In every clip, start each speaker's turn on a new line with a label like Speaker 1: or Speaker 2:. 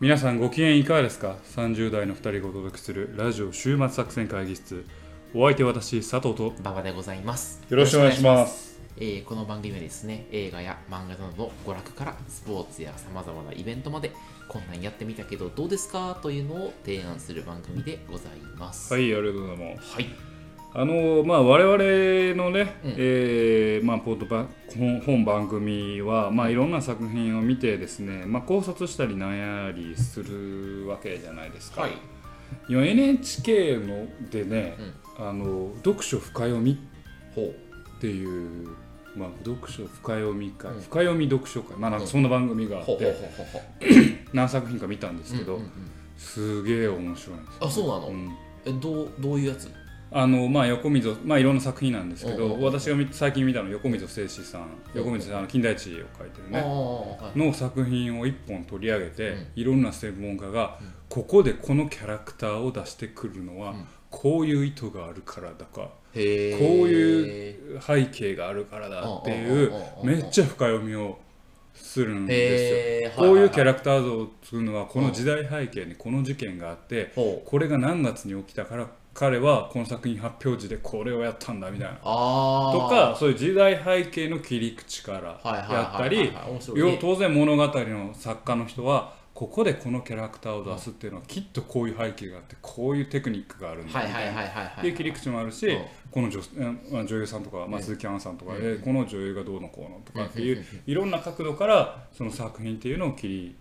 Speaker 1: 皆さんご機嫌いかがですか ?30 代の2人がお届けするラジオ週末作戦会議室お相手は私佐藤と
Speaker 2: 馬場でございます。。
Speaker 1: よろしくお願いします
Speaker 2: えー、この番組はですね、映画や漫画などの娯楽からスポーツやさまざまなイベントまで、こんなんやってみたけどどうですかというのを提案する番組でございます。。
Speaker 1: はいいありがとうございます
Speaker 2: はい。
Speaker 1: あのまあ我々のね、
Speaker 2: うん
Speaker 1: えーまあポートバ本本番組はまあいろんな作品を見てですね、まあ考察したりなんやりするわけじゃないですか。
Speaker 2: はい。
Speaker 1: 今 NHK のでね
Speaker 2: う、ん。
Speaker 1: あの読書深読み
Speaker 2: ほ
Speaker 1: っていうまあ読書深読み会、
Speaker 2: うん
Speaker 1: 深読み読書会、まあなんか
Speaker 2: うん
Speaker 1: そんな番組
Speaker 2: う。
Speaker 1: があ
Speaker 2: ほう
Speaker 1: っ
Speaker 2: ほう
Speaker 1: て
Speaker 2: ほうほうほう。
Speaker 1: 何作品か見たんですけど、
Speaker 2: うんうんうん
Speaker 1: すげえ面白いんですよ。
Speaker 2: あ、そうなの、
Speaker 1: うん
Speaker 2: え、どう、どういうやつ
Speaker 1: あのまあ、横溝、まあ、いろんな作品なんですけ
Speaker 2: うんうん
Speaker 1: ど
Speaker 2: うん
Speaker 1: 私が見最近見たのは横溝正史さん
Speaker 2: うん
Speaker 1: 横溝さんあの近代地を書いてる
Speaker 2: あ
Speaker 1: ね
Speaker 2: あ、はい。
Speaker 1: の作品を一本取り上げて、
Speaker 2: うん
Speaker 1: いろんな専門家が、
Speaker 2: うん
Speaker 1: ここでこのキャラクターを出してくるのは、
Speaker 2: うん
Speaker 1: こういう意図があるからだかこ
Speaker 2: へえ。
Speaker 1: ういう背景があるからだっていう
Speaker 2: うんうんうんうんうん
Speaker 1: めっちゃ深読みをするんですよ。
Speaker 2: へえ。
Speaker 1: こういうキャ
Speaker 2: ラ。
Speaker 1: ラクター像を作るのはこの時代背景にこの事件があって、
Speaker 2: ほう。
Speaker 1: これが何月に起きたから彼はこの作品発表時でこれをやったんだみたいな
Speaker 2: ああ。
Speaker 1: とかそういう時代背景の切り口から
Speaker 2: はいはい
Speaker 1: やっ
Speaker 2: は
Speaker 1: た
Speaker 2: いはい
Speaker 1: り
Speaker 2: はい。面白いね
Speaker 1: 要当然物語の作家の人はここでこのキャラクターを出すっていうのはきっとこういう背景があってこういうテクニックがあるんだ
Speaker 2: はい
Speaker 1: み
Speaker 2: は
Speaker 1: た
Speaker 2: いはいい
Speaker 1: なっ
Speaker 2: はいはい。
Speaker 1: ていう切り口もあるし
Speaker 2: うん
Speaker 1: この女うんまあ女優さんとか、まあ、鈴木杏さんとかでこの女優がどうのこうのとかっていううんいろんな角度からその作品っていうのを切り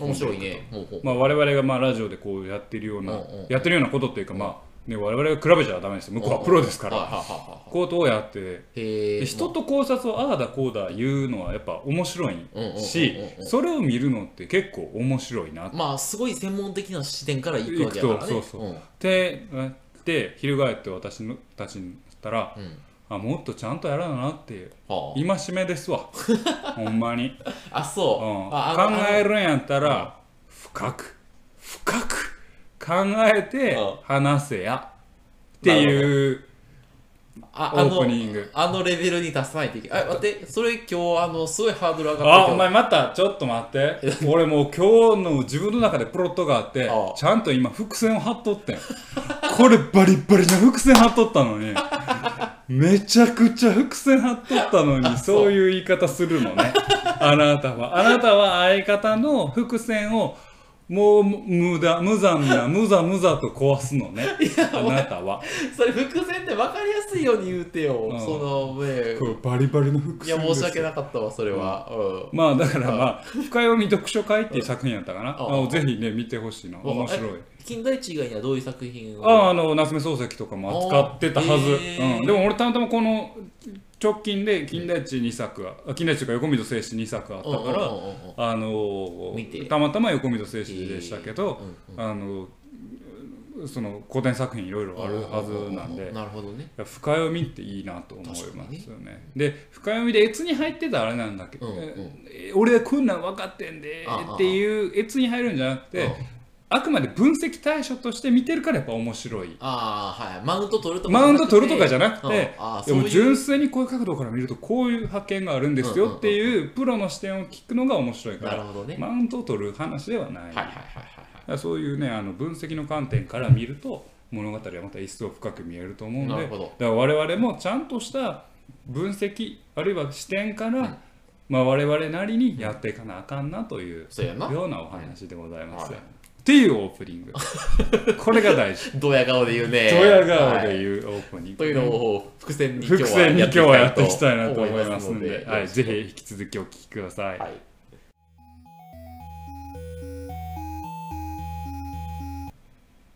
Speaker 2: 面白いね。ほうほう。
Speaker 1: まあ、我々がまあラジオでこうやってるような、
Speaker 2: うんうん
Speaker 1: やってるようなことっていうか、まあね、我々が比べちゃダメですよ向こうはプロですから、
Speaker 2: はいはいはいはいはい。
Speaker 1: こうどうやって
Speaker 2: へえ。
Speaker 1: で人と考察をああだこうだ言うのはやっぱ面白いし
Speaker 2: うんうんうんうんうん
Speaker 1: それを見るのって結構面白いなっ
Speaker 2: まあすごい専門的な視点からいくわけだからね。
Speaker 1: 行くとそうそう
Speaker 2: うん
Speaker 1: てなって翻って私のたちにしたら
Speaker 2: うん
Speaker 1: あもっとちゃんとやらななっていう
Speaker 2: は
Speaker 1: 戒めですわほんまに、うん、
Speaker 2: あ、あそう。
Speaker 1: 考
Speaker 2: ああの
Speaker 1: えるんやったら深く深く考えて
Speaker 2: うん
Speaker 1: 話せやっていう。
Speaker 2: あ
Speaker 1: オ
Speaker 2: あの
Speaker 1: ープニング
Speaker 2: あのレベルに出さないといけない。あ、待って、それ今日あのすごいハードル上が
Speaker 1: あ
Speaker 2: った
Speaker 1: お
Speaker 2: けど。
Speaker 1: 前またちょっと待って俺もう今日の自分の中でプロットがあって
Speaker 2: ああ
Speaker 1: ちゃんと今伏線を張っとってんこれバリバリの伏線張っとったのにめちゃくちゃ伏線張っとったのに
Speaker 2: そう
Speaker 1: そういう言い方するのねあなたはあなたは相方の伏線をもう無駄無残な無ざ無ざと壊すのねあなたは
Speaker 2: それ伏線って分かりやすいように言うてよ。
Speaker 1: うん
Speaker 2: そのね
Speaker 1: こ。れバリバリの伏
Speaker 2: い
Speaker 1: 線
Speaker 2: や
Speaker 1: です
Speaker 2: 申し訳なかったわそれは。うん。
Speaker 1: まあだからまあ「深読み読書会」っていう作品やったかな
Speaker 2: ああ
Speaker 1: あぜひね見てほしいな面白い
Speaker 2: え。近代地以外にはどういう作品を
Speaker 1: あああの夏目漱石とかも扱ってたはず、
Speaker 2: あーへー
Speaker 1: うん、でも俺たまたまこの直近で近代一2作が、あ近代一というか横溝正史2作あったか
Speaker 2: う
Speaker 1: ら
Speaker 2: んうんうんうんうん
Speaker 1: あの
Speaker 2: 見て
Speaker 1: たまたま横溝正史でしたけど、あのその古典作品いろいろあるはずなん
Speaker 2: ううう
Speaker 1: で
Speaker 2: う。なるほどね。
Speaker 1: いや深読みっていいなと思います
Speaker 2: 確かに
Speaker 1: よね。で深読みで越に入ってたらあれなんだけど、
Speaker 2: うんうん
Speaker 1: え俺はこんなん分かってんで
Speaker 2: ああ
Speaker 1: っていう越に入るんじゃなくて
Speaker 2: うん
Speaker 1: あくまで分析対象として見てるからやっぱ面白い。
Speaker 2: ああはい。マウント取るとかじゃ
Speaker 1: マ
Speaker 2: なくて。
Speaker 1: ウント取るとかじゃなく
Speaker 2: うん
Speaker 1: て、
Speaker 2: ああ
Speaker 1: で
Speaker 2: そう
Speaker 1: も
Speaker 2: いう
Speaker 1: 純粋にこういう角度から見るとこういう発見があるんです
Speaker 2: うんうん
Speaker 1: よ
Speaker 2: うん
Speaker 1: っていうプロの視点を聞くのが面白いか
Speaker 2: なる
Speaker 1: ら
Speaker 2: ほどね。
Speaker 1: マウントを取る話ではない、
Speaker 2: はいはいはい
Speaker 1: だか
Speaker 2: はいはい。
Speaker 1: らそういうねあの分析の観点から見ると物語はまた一層深く見えると思うんで
Speaker 2: な
Speaker 1: だ
Speaker 2: る
Speaker 1: か
Speaker 2: ほど
Speaker 1: ら我々もちゃんとした分析あるいは視点から、
Speaker 2: うん
Speaker 1: まあ、我々なりにやっていかなあかんなという
Speaker 2: そうやな。
Speaker 1: ようなお話でございます。
Speaker 2: はい
Speaker 1: っていうオープニングこれが 大事。
Speaker 2: ドヤ顔で言うね。
Speaker 1: ドヤ顔で
Speaker 2: う。
Speaker 1: いうオープニング。
Speaker 2: というのを伏線に今日
Speaker 1: 伏線に今日は
Speaker 2: は
Speaker 1: や
Speaker 2: や
Speaker 1: っ
Speaker 2: ってて
Speaker 1: い
Speaker 2: い
Speaker 1: きた
Speaker 2: きた
Speaker 1: い
Speaker 2: い
Speaker 1: な
Speaker 2: な
Speaker 1: と
Speaker 2: と
Speaker 1: 思
Speaker 2: 思
Speaker 1: い
Speaker 2: い
Speaker 1: ま
Speaker 2: ますす
Speaker 1: の
Speaker 2: の
Speaker 1: で、
Speaker 2: で。
Speaker 1: はい、ぜひ引き続きお聞きください。
Speaker 2: はい。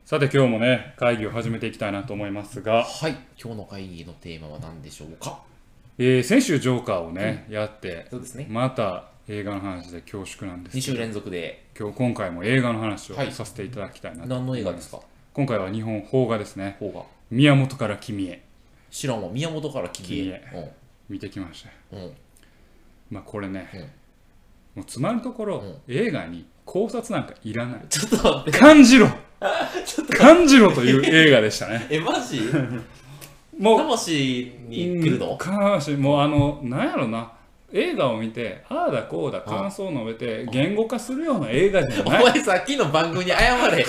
Speaker 1: さて今日もね会議を始めていきたいなと思いますが、
Speaker 2: はい。今日の会議のテーマは何でしょうか
Speaker 1: えー、先週ジョーカーをね、やって
Speaker 2: そうですね。
Speaker 1: また映画の話で恐縮なんです
Speaker 2: 2
Speaker 1: けど
Speaker 2: 週連続で。
Speaker 1: 今日今回も映画の話を
Speaker 2: はい
Speaker 1: させていただきたいなと、
Speaker 2: 何の映画ですか
Speaker 1: 今回は日本邦画ですね
Speaker 2: 方が。
Speaker 1: 宮本から君へ
Speaker 2: 知らんわ。宮本から君へ。
Speaker 1: 見てきましたよ
Speaker 2: うん。うん。
Speaker 1: まあこれね、もうつまるところ、映画に考察なんかいらない
Speaker 2: ちょっと待って。
Speaker 1: 感じ ろ感じろという映画でした ね
Speaker 2: え、マジ
Speaker 1: もう
Speaker 2: 魂に来るの
Speaker 1: かもしれんもうあのなんやろな映画を見てああだこうだ感想を述べて言語化するような映画じゃ
Speaker 2: お
Speaker 1: ない
Speaker 2: 前さっきの番組に謝れ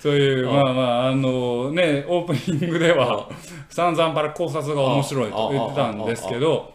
Speaker 1: そういう
Speaker 2: あ
Speaker 1: まあまああのねオープニングでは散々パラ考察が面白いと言ってたんですけど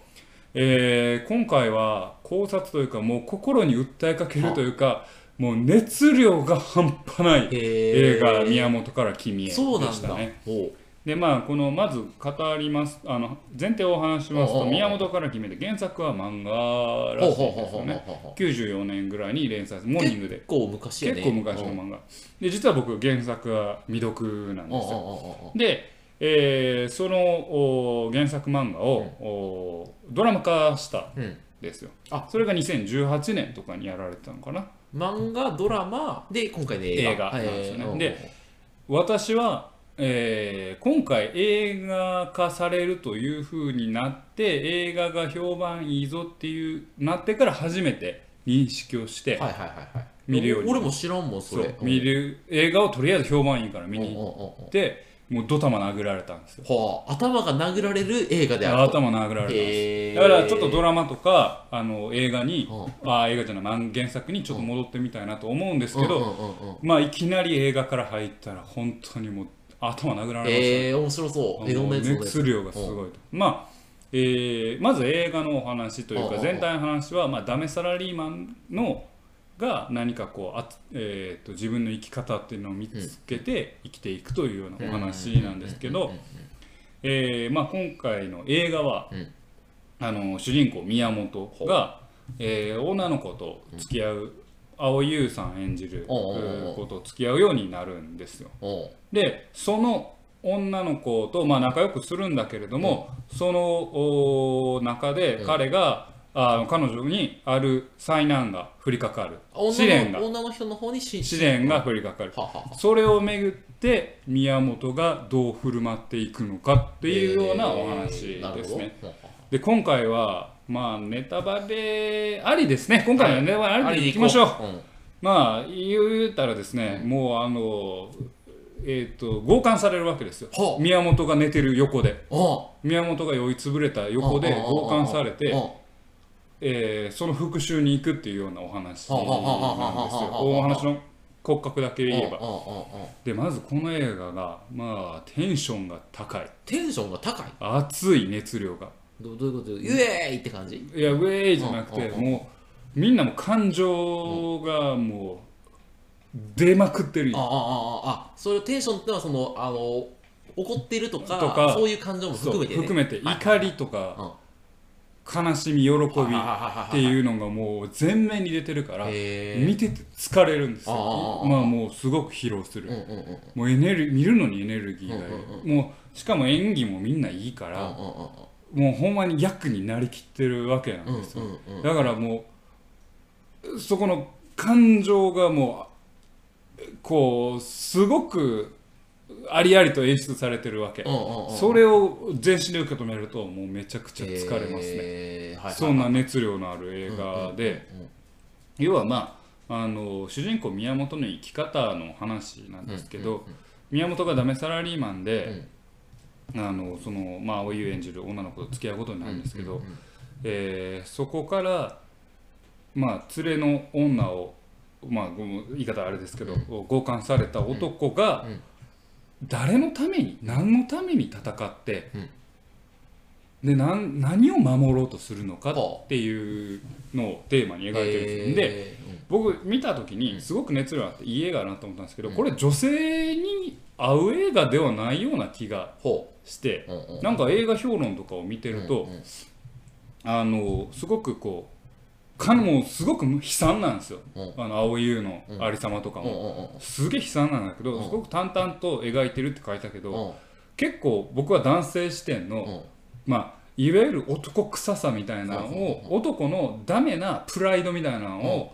Speaker 1: えー今回は考察というかもう心に訴えかけるというかもう熱量が半端ない 映
Speaker 2: 映
Speaker 1: 画「宮本から君へ」で
Speaker 2: そうなん
Speaker 1: し
Speaker 2: だ
Speaker 1: たね。
Speaker 2: ほ
Speaker 1: でまあこのまず語りますあの前提をお話しします
Speaker 2: おうおう
Speaker 1: と
Speaker 2: おう
Speaker 1: 宮本から決めて原作は漫画
Speaker 2: う
Speaker 1: ら
Speaker 2: ほ
Speaker 1: し
Speaker 2: う
Speaker 1: い
Speaker 2: ほ
Speaker 1: んですよ
Speaker 2: うほうほうほう
Speaker 1: ね
Speaker 2: ほうほう
Speaker 1: 94年ぐらいに連載モーニングで
Speaker 2: 結構昔やね
Speaker 1: 結構昔の
Speaker 2: うん
Speaker 1: 漫画で実は僕原作は未読なん
Speaker 2: う
Speaker 1: です
Speaker 2: んうん
Speaker 1: よ
Speaker 2: うんうん
Speaker 1: で、えーそのお原作漫画を、おドラマ化したん
Speaker 2: うん
Speaker 1: ですよ
Speaker 2: あ
Speaker 1: それが2018年とかにやられてたのかな
Speaker 2: 漫画ドラマで今回で
Speaker 1: 映画なんですよね
Speaker 2: はいうん
Speaker 1: で私は、えー今回映画化されるというふうになって映画が評判いいぞっていうなってから初めて認識をして、
Speaker 2: はいはいはいはい
Speaker 1: 見るように
Speaker 2: 俺も知らんもんそ
Speaker 1: そ
Speaker 2: れ
Speaker 1: う見る映画をとりあえず評判いいから
Speaker 2: う
Speaker 1: 見
Speaker 2: んうんう
Speaker 1: に
Speaker 2: ん
Speaker 1: 行
Speaker 2: うん
Speaker 1: ってもうドタマ殴られたんですよ
Speaker 2: はあ頭が殴られる映画であると
Speaker 1: 頭殴られたんです
Speaker 2: へー
Speaker 1: だからちょっとドラマとかあの映画に
Speaker 2: うん
Speaker 1: あー映画じゃない漫画原作にちょっと戻ってみたいなと思うんですけ
Speaker 2: う
Speaker 1: ど
Speaker 2: んうんうんうん
Speaker 1: まあいきなり映画から入ったら本当にもう頭殴られましたね
Speaker 2: えー面白そういろんなやつのやつ
Speaker 1: 熱量がすごいと、まあえーまず映画のお話という
Speaker 2: うんうんう
Speaker 1: か
Speaker 2: ん
Speaker 1: 全体の話は、まあ、ダメサラリーマンのが何かこうあつ、えー、と自分の生き方っていうのを見つけて生きていくというようなお話なんですけど、えーまあ、今回の映画は、
Speaker 2: うん
Speaker 1: あの主人公宮本が、えー女の子と付き合う蒼井優さん演じる
Speaker 2: うんうんうんうん
Speaker 1: 子と付き合うようになるんですよ。
Speaker 2: うんうん
Speaker 1: でその女の子とまあ仲良くするんだけれども、そのお中で彼が、あの彼女にある災難が降りかかる試
Speaker 2: 女
Speaker 1: 練
Speaker 2: の
Speaker 1: が
Speaker 2: 女の人の方に試
Speaker 1: 試練が降りかかる
Speaker 2: はは
Speaker 1: それをめぐって宮本がどう振る舞っていくのかっていうようなお話ですね。。
Speaker 2: えーなる
Speaker 1: で今回はまあネタバレありですね今回はネタバ
Speaker 2: ほ
Speaker 1: レ
Speaker 2: ど
Speaker 1: ありでいきましょう。
Speaker 2: あれでいこ
Speaker 1: まあ言うたらですね、もうあのえっ、と強姦されるわけですよ、
Speaker 2: はあ
Speaker 1: 宮本が寝てる横で
Speaker 2: ううんあ
Speaker 1: 宮本が酔いつぶれた横で
Speaker 2: ああああ
Speaker 1: 強姦され
Speaker 2: あ
Speaker 1: て、えーその復讐に行くっていうようなお話なんですよ
Speaker 2: はあはあはあはあはあ
Speaker 1: お話の骨格だけで言え
Speaker 2: ああ
Speaker 1: ば
Speaker 2: ああああ
Speaker 1: でまずこの映画がまあテンションが高い
Speaker 2: テンションが高い。
Speaker 1: 熱い熱量が
Speaker 2: どどういうことイエーイって感じ。
Speaker 1: いやウェイじゃなくて
Speaker 2: うんうんう
Speaker 1: もうみんなもう感情がもう出まくってる
Speaker 2: ああああああそれテンションってのはそのあの怒ってるとか
Speaker 1: とか
Speaker 2: そういう感情も
Speaker 1: そう
Speaker 2: 含めてね。
Speaker 1: 含めて怒りとか悲しみ喜びっ
Speaker 2: って
Speaker 1: いうのがもう全面に出てるから
Speaker 2: え
Speaker 1: 見てて疲れるんですよ
Speaker 2: ああああ
Speaker 1: まあもうすごく疲労す
Speaker 2: うんうん
Speaker 1: る
Speaker 2: うんうんうん
Speaker 1: もうエネル見るのにエネルギーがい
Speaker 2: うんうん
Speaker 1: るもうしかも演技もみんないいからもうほんまに役になりきってるわけなん
Speaker 2: うんうん
Speaker 1: ですよ
Speaker 2: うんうん
Speaker 1: だからもうそこの感情がもうこうすごくありありと演出されてるわけ
Speaker 2: うんうん
Speaker 1: それを全身で受け止めるともうめちゃくちゃ疲れますね、
Speaker 2: ね
Speaker 1: そんな熱量のある映画で、要はまああの主人公宮本の生き方の話なんですけど、宮本がダメサラリーマンで、あのそのまあおゆ演じる女の子と付き合うことになるんですけど、えーそこからまあ連れの女をまあごめん言い方はあれですけど、強姦された男が、
Speaker 2: うんうん
Speaker 1: 誰のために何のために戦って、
Speaker 2: うん
Speaker 1: でなん何を守ろうとするのかっていうのをテーマに描いてるんですよ、で
Speaker 2: で
Speaker 1: 僕見た時
Speaker 2: う
Speaker 1: に
Speaker 2: ん
Speaker 1: すごく熱量あっていい映画だなと思ったんですけど、
Speaker 2: うん
Speaker 1: これ女性に合う映画ではないような気が
Speaker 2: ほ
Speaker 1: して
Speaker 2: う。うんうん
Speaker 1: なんか映画評論とかを見てると、
Speaker 2: うんうん
Speaker 1: あのすごくこうかもうすごく悲惨なんですよ、
Speaker 2: うん
Speaker 1: あの青い優の
Speaker 2: うん
Speaker 1: ありさまとか
Speaker 2: うん
Speaker 1: も、すげえ悲惨なんだけど、
Speaker 2: うん
Speaker 1: すごく淡々と描いてるって書いたけど、
Speaker 2: うんうん
Speaker 1: 結構僕は男性視点の、
Speaker 2: うん
Speaker 1: まあいわゆる男臭さみたいなのを、男のダメなプライドみたいなのを、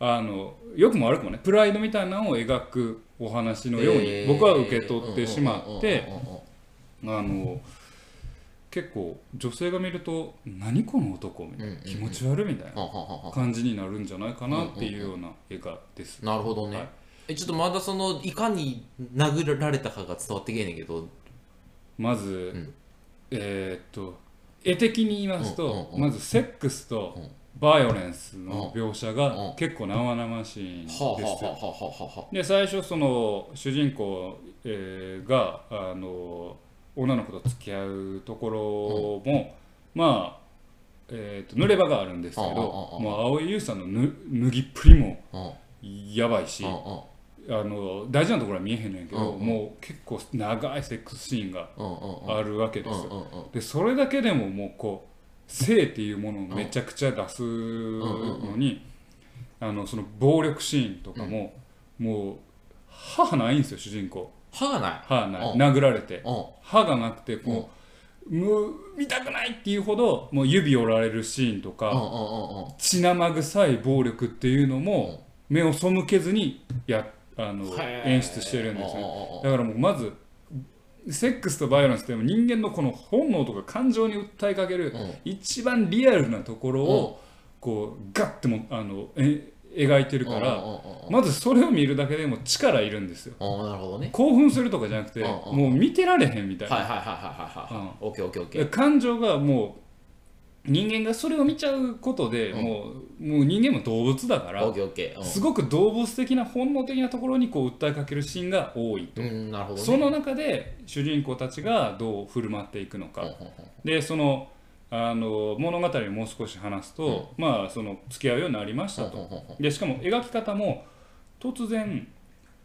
Speaker 1: あのよくも悪くもねプライドみたいなのを描くお話のように僕は受け取ってしまって。
Speaker 2: うんうんうんうんうん
Speaker 1: あの結構女性が見ると「何この男」みたいな、
Speaker 2: うんうんうん
Speaker 1: 気持ち悪いみたい
Speaker 2: は
Speaker 1: な
Speaker 2: ははは
Speaker 1: 感じになるんじゃないかなっていうような映画です。
Speaker 2: なるほど
Speaker 1: はい
Speaker 2: ねえちょっとまだそのいかに殴られたかが伝わってけえねんけど
Speaker 1: まず、
Speaker 2: ん
Speaker 1: えーっと絵的に言いますと、
Speaker 2: うんうんうん
Speaker 1: まずセックスと
Speaker 2: うん
Speaker 1: バイオレンスの描写
Speaker 2: うん
Speaker 1: が結構生々しいんです
Speaker 2: はあはあはあ
Speaker 1: よ。
Speaker 2: はあはあは
Speaker 1: で最初その主人公、えーがあの女の子と付き合うところも、まあ、えー、と濡れ場があるんですけど
Speaker 2: うんうんうんうん
Speaker 1: もう蒼井優さんのぬ脱ぎっぷりも
Speaker 2: あうん
Speaker 1: やばいし、
Speaker 2: う
Speaker 1: あの大事なところは見えへんねんけど、
Speaker 2: うんうん
Speaker 1: もう結構長いセックスシーンが
Speaker 2: んうんうんうんうん
Speaker 1: あるわけですよ。
Speaker 2: うんうんうん
Speaker 1: でそれだけでももうこう性っていうものをめちゃくちゃ出すのにあのその暴力シーンとかも、もう歯ないんですよ主人公
Speaker 2: 歯がない
Speaker 1: 歯ない、
Speaker 2: うん
Speaker 1: 殴られて
Speaker 2: うん
Speaker 1: 歯がなくてこう、もう見たくないっていうほどもう指折られるシーンと
Speaker 2: うん
Speaker 1: か、
Speaker 2: うんうんうん
Speaker 1: 血生臭い暴力っていうのも目を背けずにやあの
Speaker 2: へー
Speaker 1: 演出してるんですよね
Speaker 2: うんうんうん
Speaker 1: だからもうまずセックスとバイオレンスっていうのは人間のこの本能とか感情に訴えかける
Speaker 2: うん
Speaker 1: 一番リアルなところをこうガッてもあのえ描いてるか
Speaker 2: うん
Speaker 1: ら
Speaker 2: うんうんうん
Speaker 1: まずそれを見るだけでも力いるんですよ
Speaker 2: ああなるほどね
Speaker 1: 興奮するとかじゃなくて
Speaker 2: うんうん
Speaker 1: もう見てられへんみた
Speaker 2: はいいは
Speaker 1: ない
Speaker 2: はいはいはいはいはいオッケーオッケーオッケー
Speaker 1: 感情がもう人間がそれを見ちゃうことで
Speaker 2: うん
Speaker 1: もうもう人間も動物だか
Speaker 2: オッ
Speaker 1: ら
Speaker 2: ケーオッケー
Speaker 1: すごく動物的な本能的なところにこう訴えかけるシーンが多い
Speaker 2: うんうんなるほどね
Speaker 1: その中で主人公たちがどう振る舞っていくの
Speaker 2: うんうん
Speaker 1: か、でそのあの物語をもう少し話すと、まあその付き合うようになりましたと、
Speaker 2: うんうんうん
Speaker 1: でしかも描き方も突然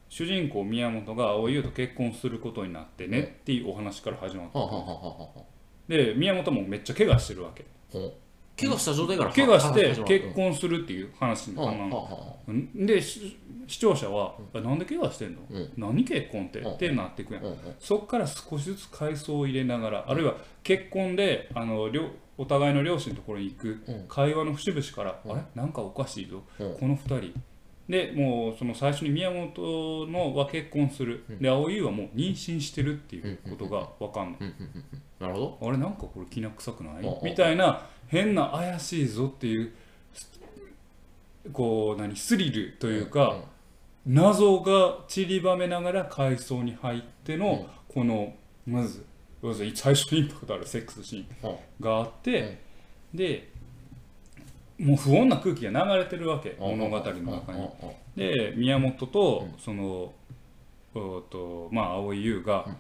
Speaker 1: 主人公宮本が蒼井優と結婚することになってねっていうお話から始まっ
Speaker 2: はあはあ
Speaker 1: た、
Speaker 2: はあはあは
Speaker 1: で宮本もめっちゃ怪我してるわけ
Speaker 2: あうん怪我した状態から
Speaker 1: 怪我し
Speaker 2: 話
Speaker 1: て
Speaker 2: 始まる
Speaker 1: 結婚するっていう話
Speaker 2: うん
Speaker 1: の
Speaker 2: はあ
Speaker 1: 花
Speaker 2: はあはあ
Speaker 1: でし視聴者は、あなんで怪我してんの、
Speaker 2: うん
Speaker 1: 何結婚って、
Speaker 2: うん
Speaker 1: ってなっていくやん
Speaker 2: うんうん
Speaker 1: そこから少しずつ階層を入れながらあるいは結婚であの両お互いの両親のところに行く
Speaker 2: うん
Speaker 1: 会話の節々から、
Speaker 2: うん
Speaker 1: あれなんかおかしいぞ、
Speaker 2: うん
Speaker 1: この2人でもうその最初に宮本のは結婚する、で蒼井優はもう妊娠してるっていうことが分かんない、
Speaker 2: うんうんうんうんなるほど
Speaker 1: あれなんかこれきな臭くない、
Speaker 2: うん
Speaker 1: みたいな変な怪しいぞっていうこう何スリルというか、
Speaker 2: うん
Speaker 1: 謎が散りばめながら階層に入っての、このまずまず最初のインパクトあるセックスシーンがあって、でもう不穏な空気が流れてるわけ、物語の中に。
Speaker 2: うんうん
Speaker 1: で宮本と、
Speaker 2: うん
Speaker 1: そのおーとまあ蒼井優が、
Speaker 2: うん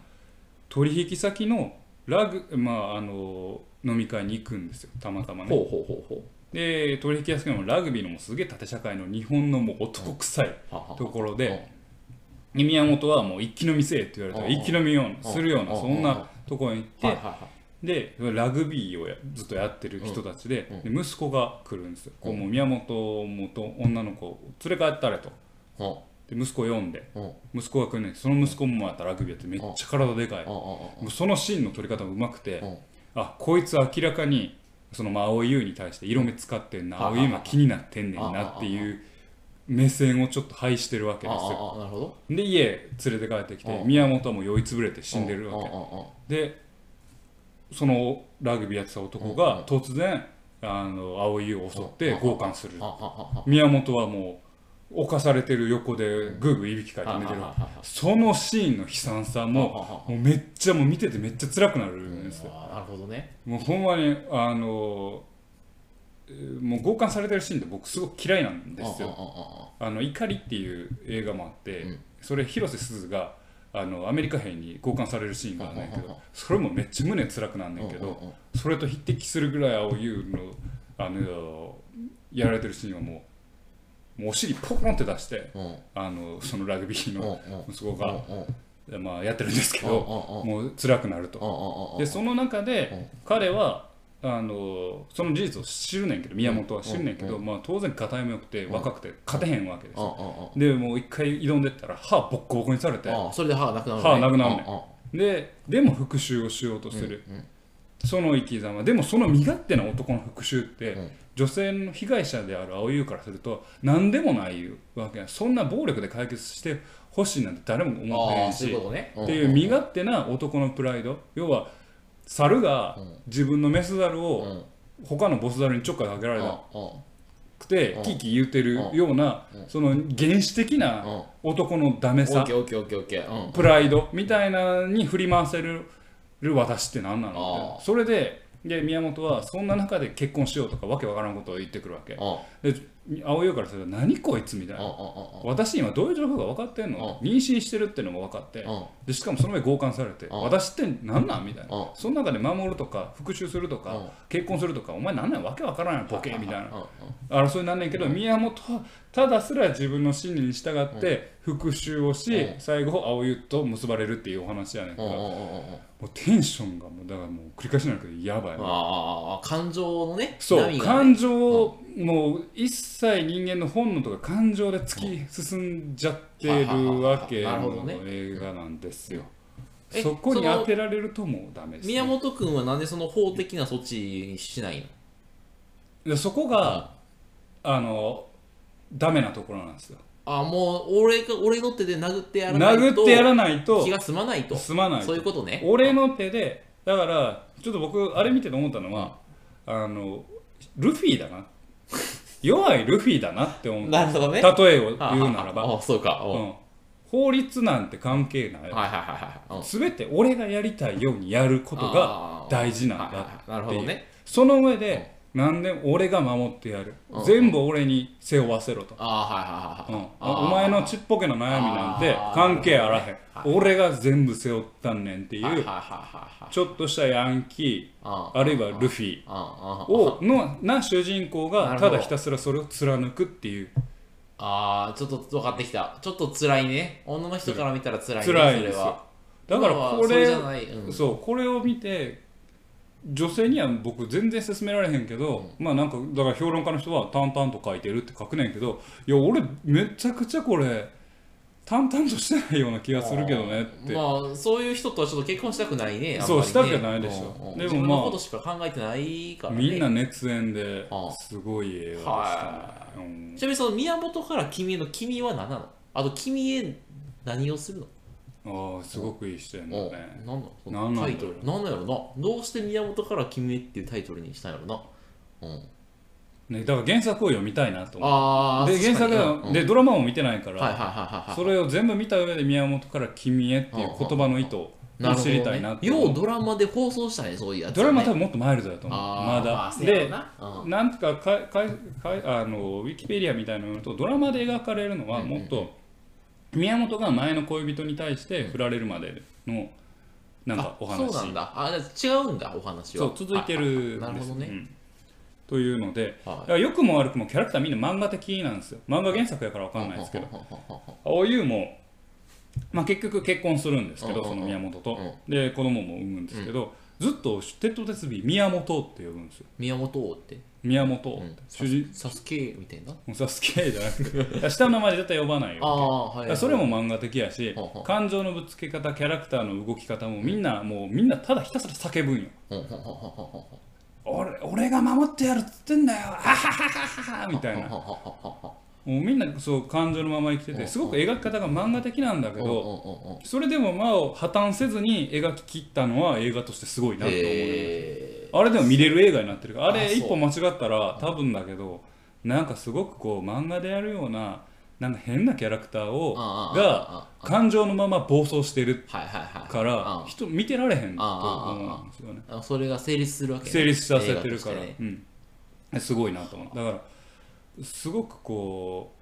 Speaker 1: 取引先のラグまああの飲み会に行くんですよたまたまね。
Speaker 2: ほうほうほうほ
Speaker 1: で取引先のラグビーのもうすげえ縦社会の日本のもう男臭いう
Speaker 2: はあはあ
Speaker 1: ところで。宮本はもう一気飲みせえって言われたら
Speaker 2: うんうん
Speaker 1: 一気飲みような
Speaker 2: うん
Speaker 1: するような
Speaker 2: うん
Speaker 1: そんなところに
Speaker 2: は
Speaker 1: 行
Speaker 2: い
Speaker 1: っ
Speaker 2: はいはい
Speaker 1: てでラグビーをやずっとやってる人たちで
Speaker 2: う
Speaker 1: で息子が来るんですよ。こうもう宮本もと女の子を連れ帰ったれと
Speaker 2: うん
Speaker 1: で息子を呼んで
Speaker 2: うんうん
Speaker 1: 息子が来るねんその息子もまたラグビーやってめっちゃ体でかい。
Speaker 2: う
Speaker 1: もうそのシーンの取り方もうまくて
Speaker 2: んうん
Speaker 1: あこいつ明らかにそのまあ蒼井優に対して色目使ってん
Speaker 2: うん
Speaker 1: な蒼井優が気になってんねんなっていう目線をちょっと排してるわけですよ。
Speaker 2: あああなるほど
Speaker 1: で家連れて帰ってきて
Speaker 2: うん
Speaker 1: 宮本はもう酔いつぶれて死んでるわ
Speaker 2: うんうんうん
Speaker 1: けでそのラグビーやってた男
Speaker 2: うん
Speaker 1: が突然あの青い湯を襲って
Speaker 2: うん
Speaker 1: 強姦する
Speaker 2: はあはあはあ
Speaker 1: 宮本はもう犯されてる横でグーグーいびきかいて寝てるわけそのシーンの悲惨さももうめっちゃもう見ててめっちゃ辛くなるんですよ
Speaker 2: なるほどね
Speaker 1: もうほんまにあのえーもう強姦されてるシーンって僕すごく嫌いなんですよあの怒りっていう映画もあって、
Speaker 2: うん
Speaker 1: それ広瀬すずがあのアメリカ兵に交換されるシーンがあるんだけど、それもめっちゃ胸辛くなんねんけど、それと匹敵するぐらい青優のあのやられてるシーンはもうもうお尻ポコンって出して
Speaker 2: うんうん
Speaker 1: あのそのラグビー
Speaker 2: うん
Speaker 1: の息子が、
Speaker 2: うんうん
Speaker 1: まあ、やってるんですけ
Speaker 2: うんうん
Speaker 1: ど、もう辛くなると。
Speaker 2: うんうんうんうんうん
Speaker 1: でその中で彼はあのその事実を知るねんけど宮本は知るねんけど、まあ、当然硬いもよくて若くて勝てへんわけですよ
Speaker 2: うん
Speaker 1: でもう一回挑んでったら歯ボッコボコにされて
Speaker 2: うんそれで歯がなくなる
Speaker 1: 歯がなくなるね
Speaker 2: ね
Speaker 1: ででも復讐をしようとする、
Speaker 2: うんうん
Speaker 1: その生き様でもその身勝手な男の復讐って、
Speaker 2: うん
Speaker 1: 女性の被害者である蒼井優からすると何でもないわけやそんな暴力で解決してほしいなんて誰も思って
Speaker 2: あ
Speaker 1: な
Speaker 2: あ
Speaker 1: い
Speaker 2: そう
Speaker 1: し
Speaker 2: いうことね
Speaker 1: っていう身勝手な男のプライド要は猿が
Speaker 2: うん
Speaker 1: 自分のメス猿
Speaker 2: うんう
Speaker 1: を
Speaker 2: ん
Speaker 1: 他のボス猿にちょっかいかけられた
Speaker 2: うん
Speaker 1: くて
Speaker 2: うん
Speaker 1: キーキー言うてるような
Speaker 2: うん
Speaker 1: その原始的な
Speaker 2: うん
Speaker 1: 男のダメ
Speaker 2: オッ
Speaker 1: さ
Speaker 2: ケーオッケーオッケーオッケーうん
Speaker 1: プライドみたいなのに振り回せる私って何なのってそれでで宮本はそんな中で結婚しようとかわけわからんことを言ってくるわけ
Speaker 2: あ
Speaker 1: で青いからすると何こいつみたい
Speaker 2: ああ
Speaker 1: な
Speaker 2: あ
Speaker 1: 私にはどういう情報が分かってんの妊娠してるってのも分かって
Speaker 2: あ
Speaker 1: でしかもその上強姦されて
Speaker 2: あ
Speaker 1: 私って何なんみたい
Speaker 2: あ
Speaker 1: なその中で守るとか復讐すると
Speaker 2: あ
Speaker 1: か結婚するとかお前何なんわけわからんやんボケみたいな
Speaker 2: あ
Speaker 1: 争いになんねんけど宮本はただすら自分の心理に従って復讐をし
Speaker 2: うん
Speaker 1: 最後青湯と結ばれるっていうお話やねんけ
Speaker 2: あ
Speaker 1: どもうテンションがもうだからもう繰り返しになるけどやばい
Speaker 2: ああ感情のね
Speaker 1: そう
Speaker 2: 波が
Speaker 1: 感情をもう一切人間の本能とか感情で突き進んじゃってるわけ
Speaker 2: ははははなるほど
Speaker 1: の
Speaker 2: ね
Speaker 1: 映画なんですよ
Speaker 2: え
Speaker 1: そこに当てられるともうダメですね
Speaker 2: 宮本君はなんでその法的な措置にしないの
Speaker 1: でそこがあのダメなところなんですよ
Speaker 2: あもう俺が俺の手で殴ってやらないと
Speaker 1: 殴ってやらないと
Speaker 2: 気が済まないと
Speaker 1: 済まない
Speaker 2: そういうことね
Speaker 1: 俺の手でだからちょっと僕あれ見てて思ったのはあのルフィだな 弱いルフィだなって思った
Speaker 2: なるほどね
Speaker 1: 例えを言うなら
Speaker 2: あ
Speaker 1: ば、
Speaker 2: ああそうかお
Speaker 1: う
Speaker 2: はい
Speaker 1: ん、法律なんて関係ない
Speaker 2: はいはいはい
Speaker 1: 全て俺がやりたいようにやることが大事なんだ
Speaker 2: ああなるほどね
Speaker 1: その上でなんで俺が守ってやる
Speaker 2: うん
Speaker 1: 全部俺に背負わせろと、
Speaker 2: ああ
Speaker 1: う
Speaker 2: はいはいは
Speaker 1: ん
Speaker 2: いはい、あ
Speaker 1: お前のちっぽけな悩みなんて
Speaker 2: あー
Speaker 1: 関係あらへん
Speaker 2: は
Speaker 1: 俺が全部背負ったんねんってい
Speaker 2: はいはいうはいはいはい
Speaker 1: ちょっとしたヤンキ
Speaker 2: あ
Speaker 1: ーあるいはルフィ
Speaker 2: ああ
Speaker 1: をのな主人公
Speaker 2: な
Speaker 1: が
Speaker 2: るほ
Speaker 1: た
Speaker 2: ど
Speaker 1: だひたすらそれを貫くっていう
Speaker 2: ああちょっと分かってきたちょっと辛いね女の人から見たら辛いね
Speaker 1: 辛いん
Speaker 2: そ
Speaker 1: で
Speaker 2: れ
Speaker 1: すよ
Speaker 2: は
Speaker 1: だから
Speaker 2: 今は
Speaker 1: こ
Speaker 2: それ
Speaker 1: れ
Speaker 2: じゃない、うん、
Speaker 1: そうこれを見て女性には僕全然勧められへんけど、まあなんかだから評論家の人は淡々と書いてるって書くねんけどいや俺めちゃくちゃこれ淡々としてないような気がするけどねって、
Speaker 2: まあそういう人とはちょっと結婚したくないねあんまりね
Speaker 1: そうしたくないでしょ
Speaker 2: うんうん
Speaker 1: でもまあ
Speaker 2: 自分のことしか考えてないからね
Speaker 1: みんな熱演で
Speaker 2: ああ
Speaker 1: すごい映画でしたね、うん
Speaker 2: ちなみにその宮本から君への君は何なのあと君へ何をするの
Speaker 1: ああすごくいい視点だ
Speaker 2: お
Speaker 1: ね
Speaker 2: 何なのそ
Speaker 1: 何
Speaker 2: の
Speaker 1: なんだろう
Speaker 2: タイトル何なんやろなどうして宮本から君へっていうタイトルにしたんやろな、うん、
Speaker 1: ねだから原作を読みたいなと思
Speaker 2: ああ
Speaker 1: ってで原作は、でドラマも見てないから、
Speaker 2: はいはいはいはい
Speaker 1: それを全部見た上で宮本から「君へ」っていう言葉の意図を知りたいなって思
Speaker 2: よ
Speaker 1: っ
Speaker 2: うドラマで放送したねそういうやつ、ね、
Speaker 1: ドラマ多分もっとマイルドだと思う。
Speaker 2: あ
Speaker 1: ま
Speaker 2: ー
Speaker 1: だ。
Speaker 2: まあ、
Speaker 1: で、
Speaker 2: で
Speaker 1: なんとかかかかあのウィキペディアみたいなのによるとドラマで描かれるのはもっと宮本が前の恋人に対して振られるまでのなんかお話
Speaker 2: そうなんだあじゃあ違うんだお話は
Speaker 1: そう続いてるんです
Speaker 2: あああなるほど
Speaker 1: う
Speaker 2: ね、
Speaker 1: んというので
Speaker 2: はい
Speaker 1: だから良くも悪くもキャラクターみんな漫画的なんですよ漫画原作やから分かんないですけど青優も、まあ、結局結婚するんですけ
Speaker 2: う
Speaker 1: ど
Speaker 2: んうん
Speaker 1: そ
Speaker 2: うん
Speaker 1: の宮本とで子供も産むんですけどずっと鉄頭鉄尾宮本って呼ぶんですよ
Speaker 2: 宮本王って
Speaker 1: 宮本、
Speaker 2: ん
Speaker 1: 主人
Speaker 2: サスケみたいな
Speaker 1: もうサスケじゃなくていや下の名前で絶対呼ばない
Speaker 2: あ
Speaker 1: よ
Speaker 2: あはい
Speaker 1: だ
Speaker 2: はい
Speaker 1: からそれも漫画的やし
Speaker 2: ほうほう
Speaker 1: 感情のぶつけ方キャラクターの動き方もみんなもうみんなただひたすら叫ぶんよ
Speaker 2: ほんほんほんほんほんほんほん
Speaker 1: 俺俺が守ってやるっつってんだよあははははみたいなも
Speaker 2: ほんほんほんほんほん
Speaker 1: うみんなそう感情のまま生きて
Speaker 2: ほうほ
Speaker 1: て
Speaker 2: う
Speaker 1: すごく描き方が漫画的なんだけど
Speaker 2: うんうんうんうん
Speaker 1: それでもまあ破綻せずに描き切ったのは映画としてすごいなと思うね
Speaker 2: へ
Speaker 1: あれでも見れる映画になってるからあ
Speaker 2: あ
Speaker 1: れ
Speaker 2: そう
Speaker 1: 一歩間違ったら多分だけどなんかすごくこう漫画でやるようななんか変なキャラクターを
Speaker 2: あああ
Speaker 1: が感情のまま暴走してる
Speaker 2: ーはいはいはい
Speaker 1: から人見てられへんと思うんですよね
Speaker 2: あそれが成立するわけね
Speaker 1: 成立させてるから
Speaker 2: 映画としてね
Speaker 1: うんすごいなと思うだからすごくこ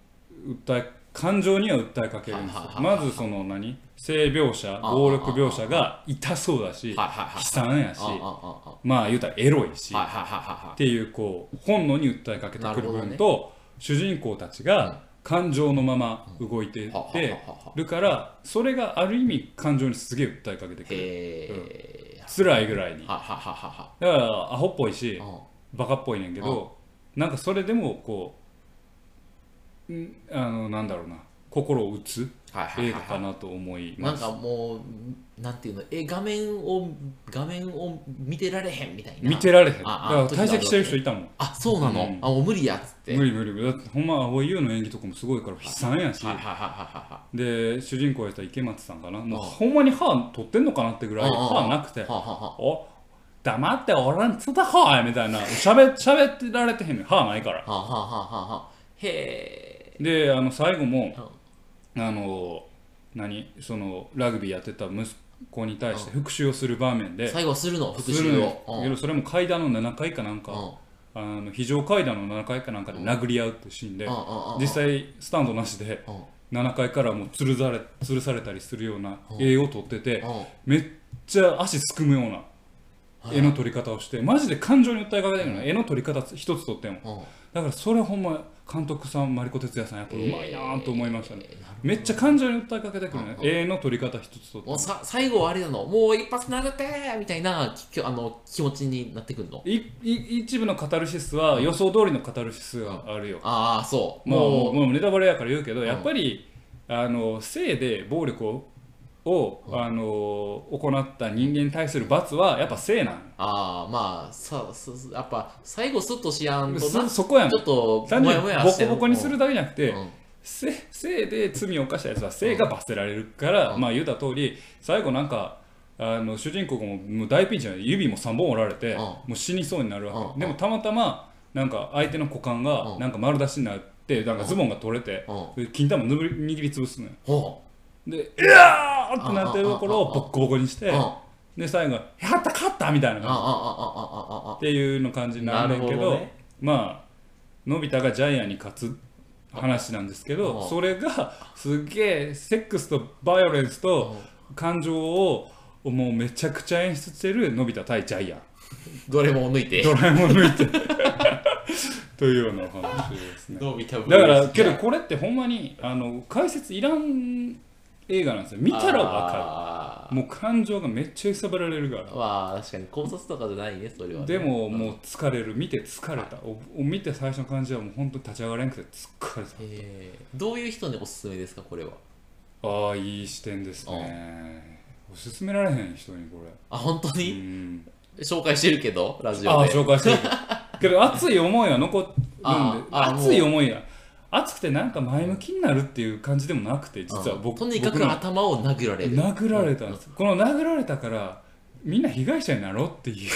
Speaker 1: う訴え感情には訴えかけるんですよ
Speaker 2: はいはいはい
Speaker 1: まずその何性描写
Speaker 2: ああ
Speaker 1: 暴力描写が痛そうだし
Speaker 2: はいはいはい
Speaker 1: 悲惨やし
Speaker 2: あああああ
Speaker 1: まあ言うたらエロいし
Speaker 2: あはいはいはい
Speaker 1: っ
Speaker 2: は
Speaker 1: ていうこう本能に訴えかけてくる
Speaker 2: なるほど
Speaker 1: 分
Speaker 2: ね
Speaker 1: と、主人公たちが感情のまま動いて
Speaker 2: い
Speaker 1: い
Speaker 2: は
Speaker 1: て
Speaker 2: はははは
Speaker 1: るからそれがある意味感情にすげえ訴えかけてくる
Speaker 2: へえ
Speaker 1: 辛いぐらいにだか
Speaker 2: ははははは
Speaker 1: らアホっぽいし
Speaker 2: うん
Speaker 1: バカっぽいねんけどなんかそれでもこうんあのなんだろうな心を打つ
Speaker 2: はいはい
Speaker 1: 映画
Speaker 2: はいは
Speaker 1: か
Speaker 2: い
Speaker 1: なと思い
Speaker 2: な
Speaker 1: ま
Speaker 2: ん
Speaker 1: す
Speaker 2: かもうなんていうのえ画面を画面を見てられへんみたいな
Speaker 1: 見てられへんだ
Speaker 2: あ
Speaker 1: か
Speaker 2: あ
Speaker 1: ら退席してる人いたもん
Speaker 2: あそうなの、
Speaker 1: うん
Speaker 2: あもう無理やっつって
Speaker 1: 無理無理無理だってほんま蒼井優の演技とかもすごいから悲惨やし
Speaker 2: はいはいはいは
Speaker 1: で主人公やった池松さんかなもう
Speaker 2: ああ
Speaker 1: ほんまに歯取ってんのかなってぐらい
Speaker 2: ああ
Speaker 1: 歯なくて
Speaker 2: いはいはあはあ
Speaker 1: 「
Speaker 2: は
Speaker 1: お黙って俺んつだはみたいなしゃべってられてへんねん歯ないから
Speaker 2: あはあはあはあはあへえ
Speaker 1: であの最後もあの何そのラグビーやってた息子に対して復讐をする場面で、
Speaker 2: 最後はするの復
Speaker 1: する
Speaker 2: 讐
Speaker 1: の
Speaker 2: を、
Speaker 1: よそれも階段の7階かなん
Speaker 2: うん
Speaker 1: か、あの非常階段の7階かなんかで殴り合うっていうシーンで、
Speaker 2: うんうんうん
Speaker 1: 実際スタンドなしで
Speaker 2: うん
Speaker 1: 7階からもう吊るされ吊るされたりするような絵を撮ってて、
Speaker 2: うん
Speaker 1: めっちゃ足すくむような絵の撮り方をして、マジで感情に訴えかけてるの、絵の撮り方一つ撮っても
Speaker 2: うん
Speaker 1: だからそれほんま監督さんマリコ哲也さんやっぱうまいなと思いましたね、
Speaker 2: えーなる
Speaker 1: めっちゃ感情に訴えかけてくるね
Speaker 2: う、んうん
Speaker 1: 絵の撮り方一つ撮って
Speaker 2: ほども
Speaker 1: も
Speaker 2: うさ最後はあれなのもう一発殴ってーみたいなききょあの気持ちになってくるの
Speaker 1: いい一部のカタルシスは予想通りのカタルシスがあるよ、
Speaker 2: ああそう
Speaker 1: まあも
Speaker 2: も
Speaker 1: う
Speaker 2: う
Speaker 1: もうネタバレやから言うけど、
Speaker 2: うん
Speaker 1: やっぱりあの性で暴力をを、あの行った人間に対する罰はやっぱ性な
Speaker 2: ああまあさすすやっぱ最後スッとしやん
Speaker 1: の
Speaker 2: とな
Speaker 1: そ
Speaker 2: ち
Speaker 1: そこやん
Speaker 2: ょっと
Speaker 1: 単
Speaker 2: も
Speaker 1: 純
Speaker 2: や
Speaker 1: に
Speaker 2: も
Speaker 1: ボ
Speaker 2: やして
Speaker 1: コボコにするだけじゃなくて、
Speaker 2: うん
Speaker 1: せ性で罪を犯したやつは性が罰せられるから、
Speaker 2: うん
Speaker 1: まあ言うた通り最後なんかあの主人公ももう大ピンチなの指も3本折られて、
Speaker 2: うん
Speaker 1: もう死にそうになるわけ、
Speaker 2: うん
Speaker 1: でもたまたまなんか相手の股間が
Speaker 2: うん
Speaker 1: なんか丸出しになってなんかズボンが取れて、
Speaker 2: うん
Speaker 1: で金玉ぬぶり握りつぶすのよ
Speaker 2: ほ
Speaker 1: で「いやー!」ってなってるところ
Speaker 2: うん
Speaker 1: をボッコボコにし
Speaker 2: う
Speaker 1: て
Speaker 2: うん
Speaker 1: で最後「やった勝った!」みたいな
Speaker 2: あああ
Speaker 1: 感じ
Speaker 2: ああああ
Speaker 1: っていうの感じになるんだけど
Speaker 2: なるほどね
Speaker 1: まあのび太がジャイアンに勝つ話なんですけ
Speaker 2: う
Speaker 1: ど
Speaker 2: ん
Speaker 1: それがすっげえセックスとバイオレンスと感情をもうめちゃくちゃ演出してるのび太対ジャイアン
Speaker 2: どれも抜いて
Speaker 1: ドラえもん抜いて というようなお話ですね。
Speaker 2: どう見た
Speaker 1: だからけどこれってほんまにあの解説いらん映画なんですよ見たらわかる
Speaker 2: か
Speaker 1: もう感情がめっちゃ揺さぶられるから。
Speaker 2: まあ確かに考察とかじゃないねそれはね
Speaker 1: でももう疲れる見て疲れた、おお見て最初の感じはもう本当に立ち上がれんくて疲れた
Speaker 2: えーどういう人におすすめですかこれは
Speaker 1: ああいい視点ですねおすすめられへん人にこれ
Speaker 2: あ本当
Speaker 1: う
Speaker 2: に、
Speaker 1: ん
Speaker 2: 紹介してるけどラジ
Speaker 1: あ
Speaker 2: オ
Speaker 1: あ
Speaker 2: で
Speaker 1: 紹介 してるけど熱い思いは残るんで
Speaker 2: あああもう
Speaker 1: 熱い思いや熱くてなんか前向きになるっていう感じでもなくて実は僕
Speaker 2: とにか
Speaker 1: 僕
Speaker 2: く
Speaker 1: の
Speaker 2: 頭を殴られる
Speaker 1: 殴られたんですこの殴られたからみんな被害者になろうっていう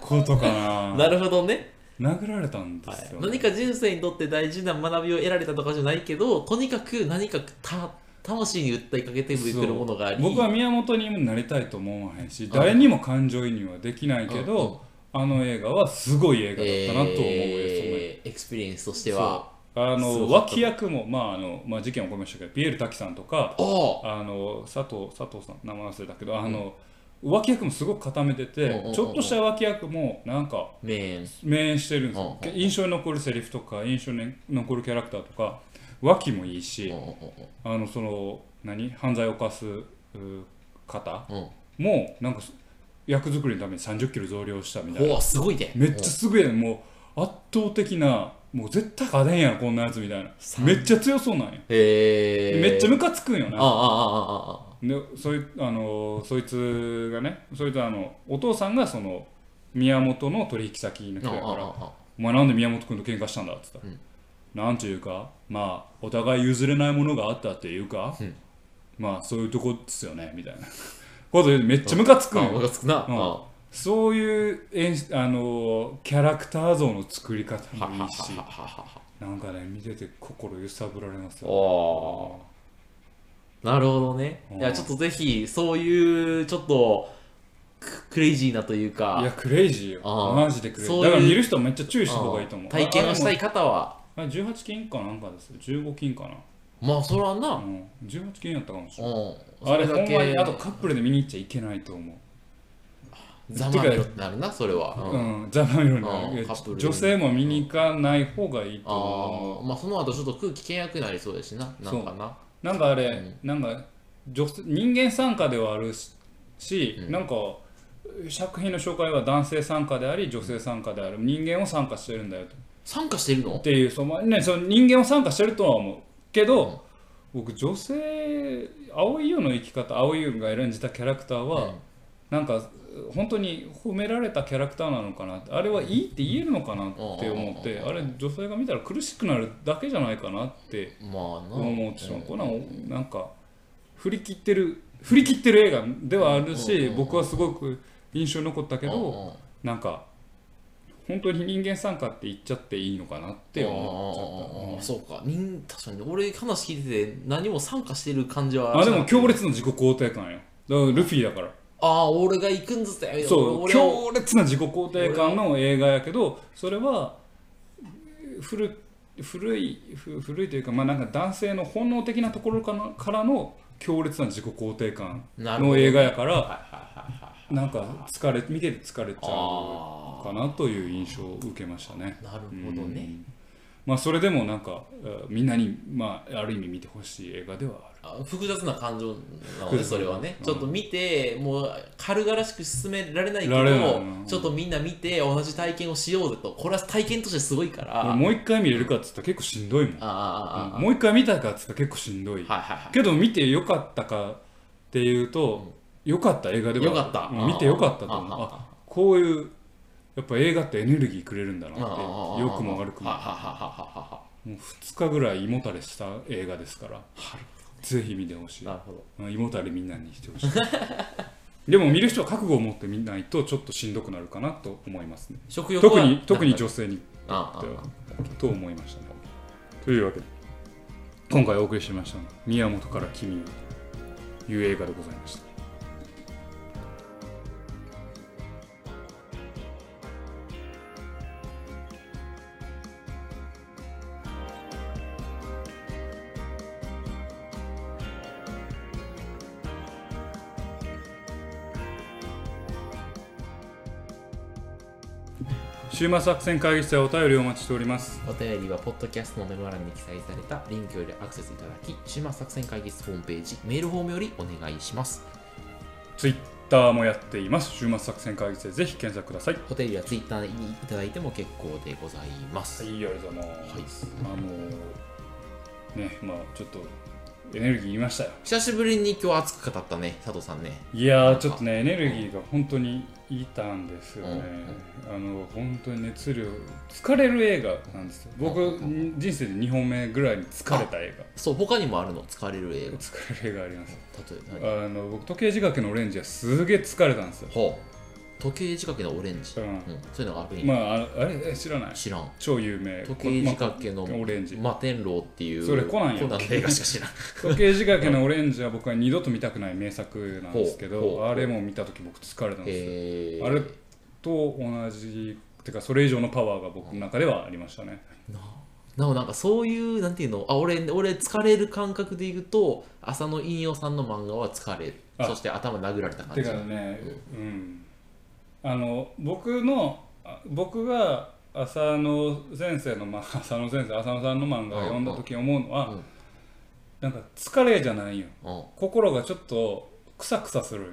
Speaker 1: ことか
Speaker 2: な
Speaker 1: な
Speaker 2: るほどね、
Speaker 1: 殴られたんで
Speaker 2: はい
Speaker 1: すよ、
Speaker 2: 何か人生にとって大事な学びを得られたとかじゃないけどとにかく何かた魂に訴えかけてくれてるものがあり
Speaker 1: 僕は宮本にもなりたいと思わへんし誰にも感情移入はできないけど、あの映画はすごい映画だったなと思うよ、
Speaker 2: えーエクスペリエンスとしては
Speaker 1: そのあ
Speaker 2: す
Speaker 1: の
Speaker 2: ごかった
Speaker 1: 脇役も、まああのまあ、事件起こりましたけどピエール滝さんとか
Speaker 2: おう
Speaker 1: あの佐藤佐藤さん名前忘れたけどあの、脇役もすごく固めてて、
Speaker 2: うんうんうん
Speaker 1: ちょっとした脇役もなんか
Speaker 2: メン
Speaker 1: 名演してるんですよ、
Speaker 2: うんうんうん
Speaker 1: 印象に残るセリフとか印象に残るキャラクターとか脇もいいし、
Speaker 2: うんうん
Speaker 1: あのその何犯罪を犯すうー方、
Speaker 2: うんうん
Speaker 1: もうなんか役作りのために3 0キロ増量したみたいな
Speaker 2: おおすごいね
Speaker 1: めっちゃすごいやんもう圧倒的なもう絶対勝てんやろこんなやつみたいな
Speaker 2: さん
Speaker 1: めっちゃ強そうなんや
Speaker 2: へえ
Speaker 1: めっちゃ
Speaker 2: あ
Speaker 1: ムカつくんよ
Speaker 2: ああ
Speaker 1: な
Speaker 2: あああ
Speaker 1: でそいあのそいつがねそいつはあのお父さんがその宮本の取引先の人やから
Speaker 2: ああ
Speaker 1: 「お前なんで宮本君と喧嘩したんだ」っつったら
Speaker 2: うん
Speaker 1: 「なんていうかまあお互い譲れないものがあったっていうか
Speaker 2: うん
Speaker 1: まあそういうとこっすよね」みたいなこと言うてめっちゃムカつくん
Speaker 2: あ
Speaker 1: よ
Speaker 2: ムカつくな
Speaker 1: うん
Speaker 2: あ
Speaker 1: そういう演出あのキャラクター像の作り方
Speaker 2: はは
Speaker 1: も
Speaker 2: はい
Speaker 1: いし
Speaker 2: ははは
Speaker 1: なんかね見てて心揺さぶられますよ
Speaker 2: おーなるほどね
Speaker 1: うん
Speaker 2: いやちょっとぜひそういうちょっとククレイジーなという
Speaker 1: いや
Speaker 2: か
Speaker 1: クレイジーよ
Speaker 2: あー
Speaker 1: マジでクレイジ
Speaker 2: そ
Speaker 1: ーだ
Speaker 2: ういう
Speaker 1: から見る人めっちゃ注意した方がいいと思う
Speaker 2: あ体験をしたい方は
Speaker 1: あれもあ18金かなんかですよ15金か
Speaker 2: まあそれは
Speaker 1: な、う、
Speaker 2: なん
Speaker 1: 18金やったかもしれない
Speaker 2: うん
Speaker 1: あれほ
Speaker 2: そ
Speaker 1: んまにあと
Speaker 2: だけ
Speaker 1: カップルで見に行っちゃいけないと思う
Speaker 2: ざまみろってなるなそれは
Speaker 1: う
Speaker 2: うん
Speaker 1: んざまみろにな
Speaker 2: うん
Speaker 1: るいや
Speaker 2: カップルで
Speaker 1: 女性も見に行かない方がいいと思う
Speaker 2: ああまあその後ちょっと空気険悪になりそうですしなな
Speaker 1: そ
Speaker 2: ん
Speaker 1: う
Speaker 2: かな
Speaker 1: なんかあれ、
Speaker 2: うん
Speaker 1: なんか女性人間参加ではあるしし、
Speaker 2: うん
Speaker 1: なんか作品の紹介は男性参加であり女性参加である人間を参加してるんだよと
Speaker 2: 参加してるの
Speaker 1: っていうその、ね、その人間を参加してるとは思うけど、僕女性青い優の生き方青い優が演じたキャラクターは、
Speaker 2: うん
Speaker 1: なんか本当に褒められたキャラクターなのかなってあれはいいって言えるのかなって思って、
Speaker 2: うん
Speaker 1: あれ女性が見たら苦しくなるだけじゃないかなって
Speaker 2: まあな
Speaker 1: 思ってしまう、こんなんなんか振り切ってる振り切ってる映画ではあるし、
Speaker 2: うんうんうん
Speaker 1: 僕はすごく印象に残ったけど、
Speaker 2: うんうん
Speaker 1: なんか本当に人間参加って言っちゃっていいのかなって
Speaker 2: あーあーあー
Speaker 1: 思っち
Speaker 2: あー
Speaker 1: ゃっ
Speaker 2: そうか人確かに俺話聞いてて何も参加してる感じ
Speaker 1: た、
Speaker 2: は
Speaker 1: あでも強
Speaker 2: 烈
Speaker 1: 烈な自己肯定感よからルフィだから
Speaker 2: ああ俺が行くんずってみたいな
Speaker 1: そう
Speaker 2: 俺を
Speaker 1: 強烈な自己肯定感の映画やけどそれは古古いふ古いというか,、まあ、なんか男性の本能的なところかなからの強烈な自己肯定感
Speaker 2: なるほ
Speaker 1: の
Speaker 2: ど
Speaker 1: 映画やから
Speaker 2: はいはいはいはいはい
Speaker 1: なんか疲れ見てて疲れちゃ
Speaker 2: あ
Speaker 1: うかなという印象を受けましたね。
Speaker 2: あなるほどね、
Speaker 1: うんまあ、それでもなんかえーみんなに、まあ、ある意味見てほしい映画ではある。
Speaker 2: あ複雑な感情なの
Speaker 1: 複
Speaker 2: で
Speaker 1: 雑
Speaker 2: それはね、
Speaker 1: うん
Speaker 2: ちょっと見てもう軽々しく進められないけど
Speaker 1: られないうん
Speaker 2: ちょっとみんな見て同じ体験をしようぜとこれは体験としてすごいから
Speaker 1: 俺もう一回見れるかっつったら結構しんどいもん。
Speaker 2: ああああああ
Speaker 1: もう一回見たいかっつったら結構しんどい。
Speaker 2: はいはいはい
Speaker 1: けど見てよかったかっていうと、良かった映画では
Speaker 2: よかった
Speaker 1: うん見てよかったと思う
Speaker 2: あああ
Speaker 1: あこういうやっぱ映画ってエネルギーくれるんだなっ
Speaker 2: ああああ
Speaker 1: て良くも悪くも
Speaker 2: はははははは
Speaker 1: もう2日ぐらい胃もたれした映画ですからぜひ見てほしい
Speaker 2: なるほど
Speaker 1: うん胃もたれみんなにしてほしい でも見る人は覚悟を持って見ないとちょっとしんどくなるかなと思いますね
Speaker 2: 食欲は
Speaker 1: 特に特に女性に
Speaker 2: あああ
Speaker 1: と思いましたねというわけで今回お送りしましたのは宮本から君にという映画でございました週末作戦会議室ではお便りをお待ちしております
Speaker 2: お便りはポッドキャストのメモ欄に記載されたリンクよりアクセスいただき週末作戦会議室ホームページメールフォームよりお願いします
Speaker 1: ツイッターもやっています週末作戦会議室でぜひ検索ください
Speaker 2: お便りはツイッターにいただいても結構でございます、
Speaker 1: いいよりざます、
Speaker 2: はい
Speaker 1: あのねまあちょっとエネルギーいりましたよ
Speaker 2: 久しぶりに今日熱く語ったね佐藤さんね
Speaker 1: いやーちょっとねエネルギーが本当にいたんですよね、あの本当に熱量疲れる映画なんですよ僕、
Speaker 2: う
Speaker 1: 人生で2本目ぐらいに疲れた映
Speaker 2: そう他にもあるの疲れる映
Speaker 1: 画疲れる映画あります
Speaker 2: 画例えば何
Speaker 1: あの僕時計仕掛けのオレンジはすげえ疲れたんですよ、
Speaker 2: ほう時計仕掛けのオレンジ、
Speaker 1: う
Speaker 2: うん
Speaker 1: ん
Speaker 2: そういうのがあるん
Speaker 1: まあ
Speaker 2: や、
Speaker 1: ああれえ知らない
Speaker 2: 知らん
Speaker 1: 超有名
Speaker 2: 時計仕掛けの
Speaker 1: こオレンジ
Speaker 2: 摩天楼っていう
Speaker 1: それコナンや
Speaker 2: コナンの映画しか知らん
Speaker 1: 時計仕掛けのオレンジは僕は二度と見たくない名作なんですけ
Speaker 2: ほうほう
Speaker 1: どあれも見た時僕疲れたんですよ
Speaker 2: へー
Speaker 1: あれと同じてかそれ以上のパワーが僕の中ではありましたね
Speaker 2: なおなんかそういうなんていうのあ俺俺疲れる感覚でいくと浅野引用さんの漫画は疲れる
Speaker 1: あ
Speaker 2: そして頭殴られた感
Speaker 1: て
Speaker 2: じ
Speaker 1: かね、うん、あの僕のあ僕が浅野先生の、ま あ、浅野先生浅野さんの漫画を読んだ時思うのは、
Speaker 2: うん
Speaker 1: なんか疲れじゃないよ
Speaker 2: うん
Speaker 1: 心がちょっとクサクサするよ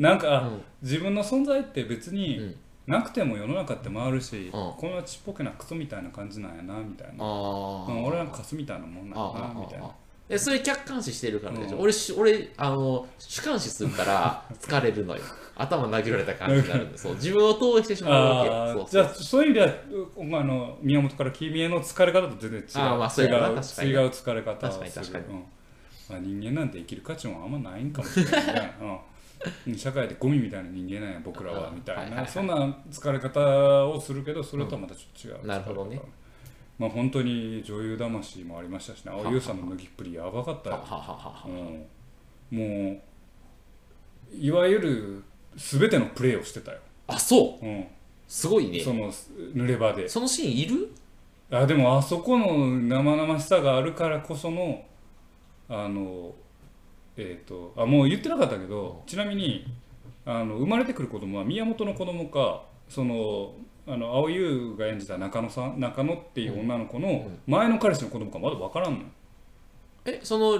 Speaker 1: なんか、
Speaker 2: うん
Speaker 1: 自分の存在って別
Speaker 2: う
Speaker 1: に
Speaker 2: ん
Speaker 1: なくても世の中って回るし、
Speaker 2: ん
Speaker 1: こんなちっぽけなクソみたいな感じなんやなみたいな、
Speaker 2: あ
Speaker 1: う
Speaker 2: ー
Speaker 1: ん俺なんかカスみたいなもんなんやなみたいな
Speaker 2: えそれ客観視してるからでしょ、
Speaker 1: うん
Speaker 2: 俺し俺あの主観視する から疲れるのよ頭殴られた感じになるんでそう自分を投影してしまうわ
Speaker 1: あ
Speaker 2: け
Speaker 1: あ
Speaker 2: そう
Speaker 1: じゃあそういう意味ではお前の宮本から君への疲れ方と全然違う
Speaker 2: あーまあそうやな確かに
Speaker 1: 違う違う疲れ方をする
Speaker 2: 確かに確かに
Speaker 1: うんまあ、人間なんて生きる価値もあんまないんかもしれないね、 うん、社会でゴミみたいな人間なんや僕らは
Speaker 2: うん
Speaker 1: みたいな、
Speaker 2: はいはいはい
Speaker 1: そんな疲れ方をするけどそれとはまたちょっと違う、
Speaker 2: うんなるほどね
Speaker 1: まあ本当に女優魂もありましたしね
Speaker 2: は
Speaker 1: 青優さんの脱ぎっぷりやばかった
Speaker 2: は
Speaker 1: よ
Speaker 2: ははは
Speaker 1: うん、もういわゆる全てのプレーをしてたよ、
Speaker 2: あそう
Speaker 1: うん、
Speaker 2: すごいね
Speaker 1: その濡れ場で
Speaker 2: そのシーンいる
Speaker 1: あでもあそこの生々しさがあるからこそのあのえっ、とあもう言ってなかったけどちなみにあの生まれてくる子供は宮本の子供かそのあの青優が演じた中野さん中野っていう女の子の前の彼氏の子供かまだ分からんのよ
Speaker 2: えその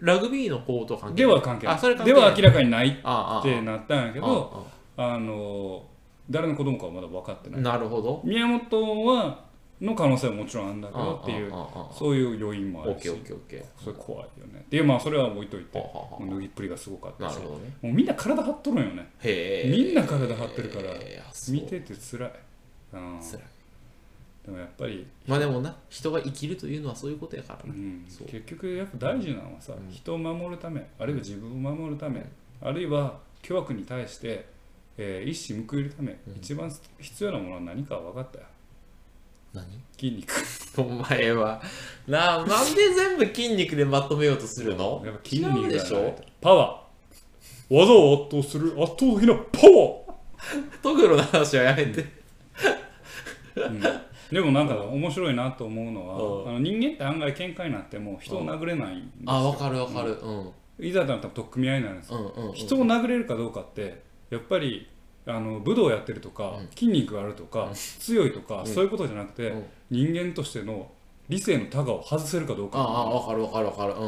Speaker 2: ララグビーの子と関係
Speaker 1: では関係
Speaker 2: あそれ
Speaker 1: ないで
Speaker 2: 関係ない
Speaker 1: は明らかにないっ
Speaker 2: ああああ
Speaker 1: てなったんやけど
Speaker 2: あ
Speaker 1: あの誰の子供かはまだ分かって
Speaker 2: あ
Speaker 1: ない
Speaker 2: なるほど
Speaker 1: 宮本はの可能性はもちろんあるんだけどっていう
Speaker 2: あああああ
Speaker 1: そういう要因もあ
Speaker 2: オッ
Speaker 1: る
Speaker 2: ケ
Speaker 1: し
Speaker 2: ーオッケーオッケ
Speaker 1: それ怖いよねでまあそれは置いといて
Speaker 2: はあはあはあ
Speaker 1: もう脱ぎっぷりがすごかっ
Speaker 2: ーな
Speaker 1: た
Speaker 2: る
Speaker 1: し
Speaker 2: ほどね
Speaker 1: もうみんな体張っとるんよね
Speaker 2: へえ
Speaker 1: みんな体張ってるから見てて辛いうん
Speaker 2: 辛い
Speaker 1: でもやっぱり、
Speaker 2: まあでもな人が生きるというのはそういうことやから
Speaker 1: う、
Speaker 2: なんそう
Speaker 1: 結局やっぱ大事なのはさ、人を守るためあるいは自分を守るため、あるいは巨悪に対して、えー一矢報いるため、一番必要なものは何かは分かったよ
Speaker 2: 何
Speaker 1: 筋肉
Speaker 2: お前はなあなんで全部筋肉でまとめようとするの
Speaker 1: やっぱ筋
Speaker 2: 違
Speaker 1: 肉
Speaker 2: う
Speaker 1: が
Speaker 2: で
Speaker 1: ない
Speaker 2: しょ
Speaker 1: パワ技を圧倒する圧倒的なパワ
Speaker 2: トグロの話はやめて。
Speaker 1: ー、うん、でもなんか面白いなと思うの
Speaker 2: うん
Speaker 1: はあの人間って案外喧嘩になっても人を殴れないんですよ
Speaker 2: あ、わかるわかる。うん。うん
Speaker 1: いざとなったら取っ組み合いなんですよ
Speaker 2: うんうん。
Speaker 1: 人を殴れるかどうかってやっぱりあの武道やってるとか、
Speaker 2: うん
Speaker 1: 筋肉があるとか、強いとか、
Speaker 2: ん
Speaker 1: そういうことじゃなくて、
Speaker 2: うん
Speaker 1: 人間としての理性のタガを外せるかどう
Speaker 2: ああ、
Speaker 1: か
Speaker 2: わかるわかるわかる。う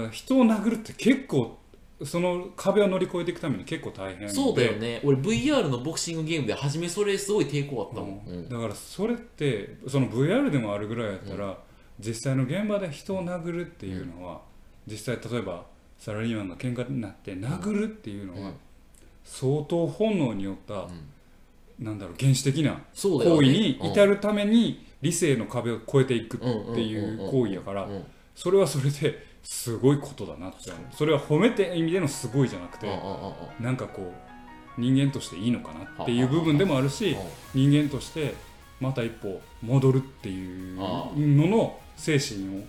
Speaker 2: ん。
Speaker 1: うん人を殴るって結構その壁を乗り越えていくために結構大変で
Speaker 2: そうだよね。俺 VR のボクシングゲームで初めそれすごい抵抗あったもん。
Speaker 1: う
Speaker 2: うんん
Speaker 1: だからそれってその VR でもあるぐらいやったら、実際の現場で人を殴るっていうのは、実際例えばサラリーマンが喧嘩になって殴るっていうのは、
Speaker 2: うん
Speaker 1: 相当本能によった、なんだろう原始的な
Speaker 2: そうだよ
Speaker 1: 行為
Speaker 2: ね。
Speaker 1: に至るために理性の壁を越えていくっ
Speaker 2: うん
Speaker 1: ていう行為やから
Speaker 2: うんうん
Speaker 1: それはそれですごいことだなって思うそれは褒めて意味でのすごいじゃなく
Speaker 2: うんうん
Speaker 1: て
Speaker 2: うんうん
Speaker 1: なんかこう人間としていいのかなっていう部分でもあるし人間としてまた一歩戻るっていう
Speaker 2: ああ
Speaker 1: のの精神を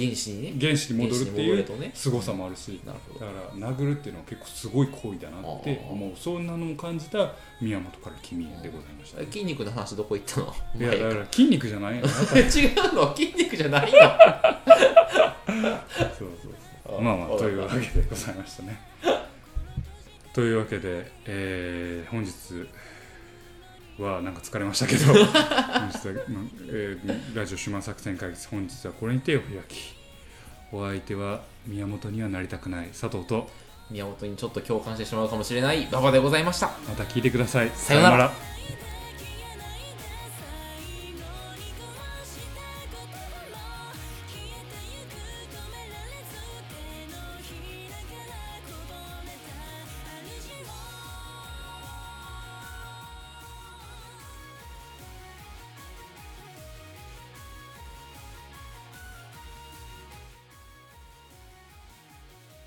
Speaker 2: 原始にね。
Speaker 1: 原始に
Speaker 2: 原
Speaker 1: 戻
Speaker 2: 始
Speaker 1: る
Speaker 2: に
Speaker 1: って
Speaker 2: 戻
Speaker 1: い
Speaker 2: る
Speaker 1: う
Speaker 2: とね。
Speaker 1: 凄さもあるし
Speaker 2: なるほ
Speaker 1: だから殴るっていうのは結構すごい行為だなって思うそんなのも感じた宮本から君へでございました
Speaker 2: ど。。筋肉の話どこ行ったの
Speaker 1: いやだから筋肉じゃないよ な
Speaker 2: 前違うの筋肉じゃない
Speaker 1: そうそう
Speaker 2: の。
Speaker 1: まあまあ
Speaker 2: わか
Speaker 1: とい
Speaker 2: った
Speaker 1: うわけでございました ね。というわけで、えー本日はなんか疲れました けど本日は、うんえーラジオ手腕作戦会議室本日はこれに手を開きお相手は宮本にはなりたくない佐藤と
Speaker 2: 宮本にちょっと共感してしまうかもしれない馬場でございました。
Speaker 1: また聞いてください。
Speaker 2: さようなら
Speaker 1: ら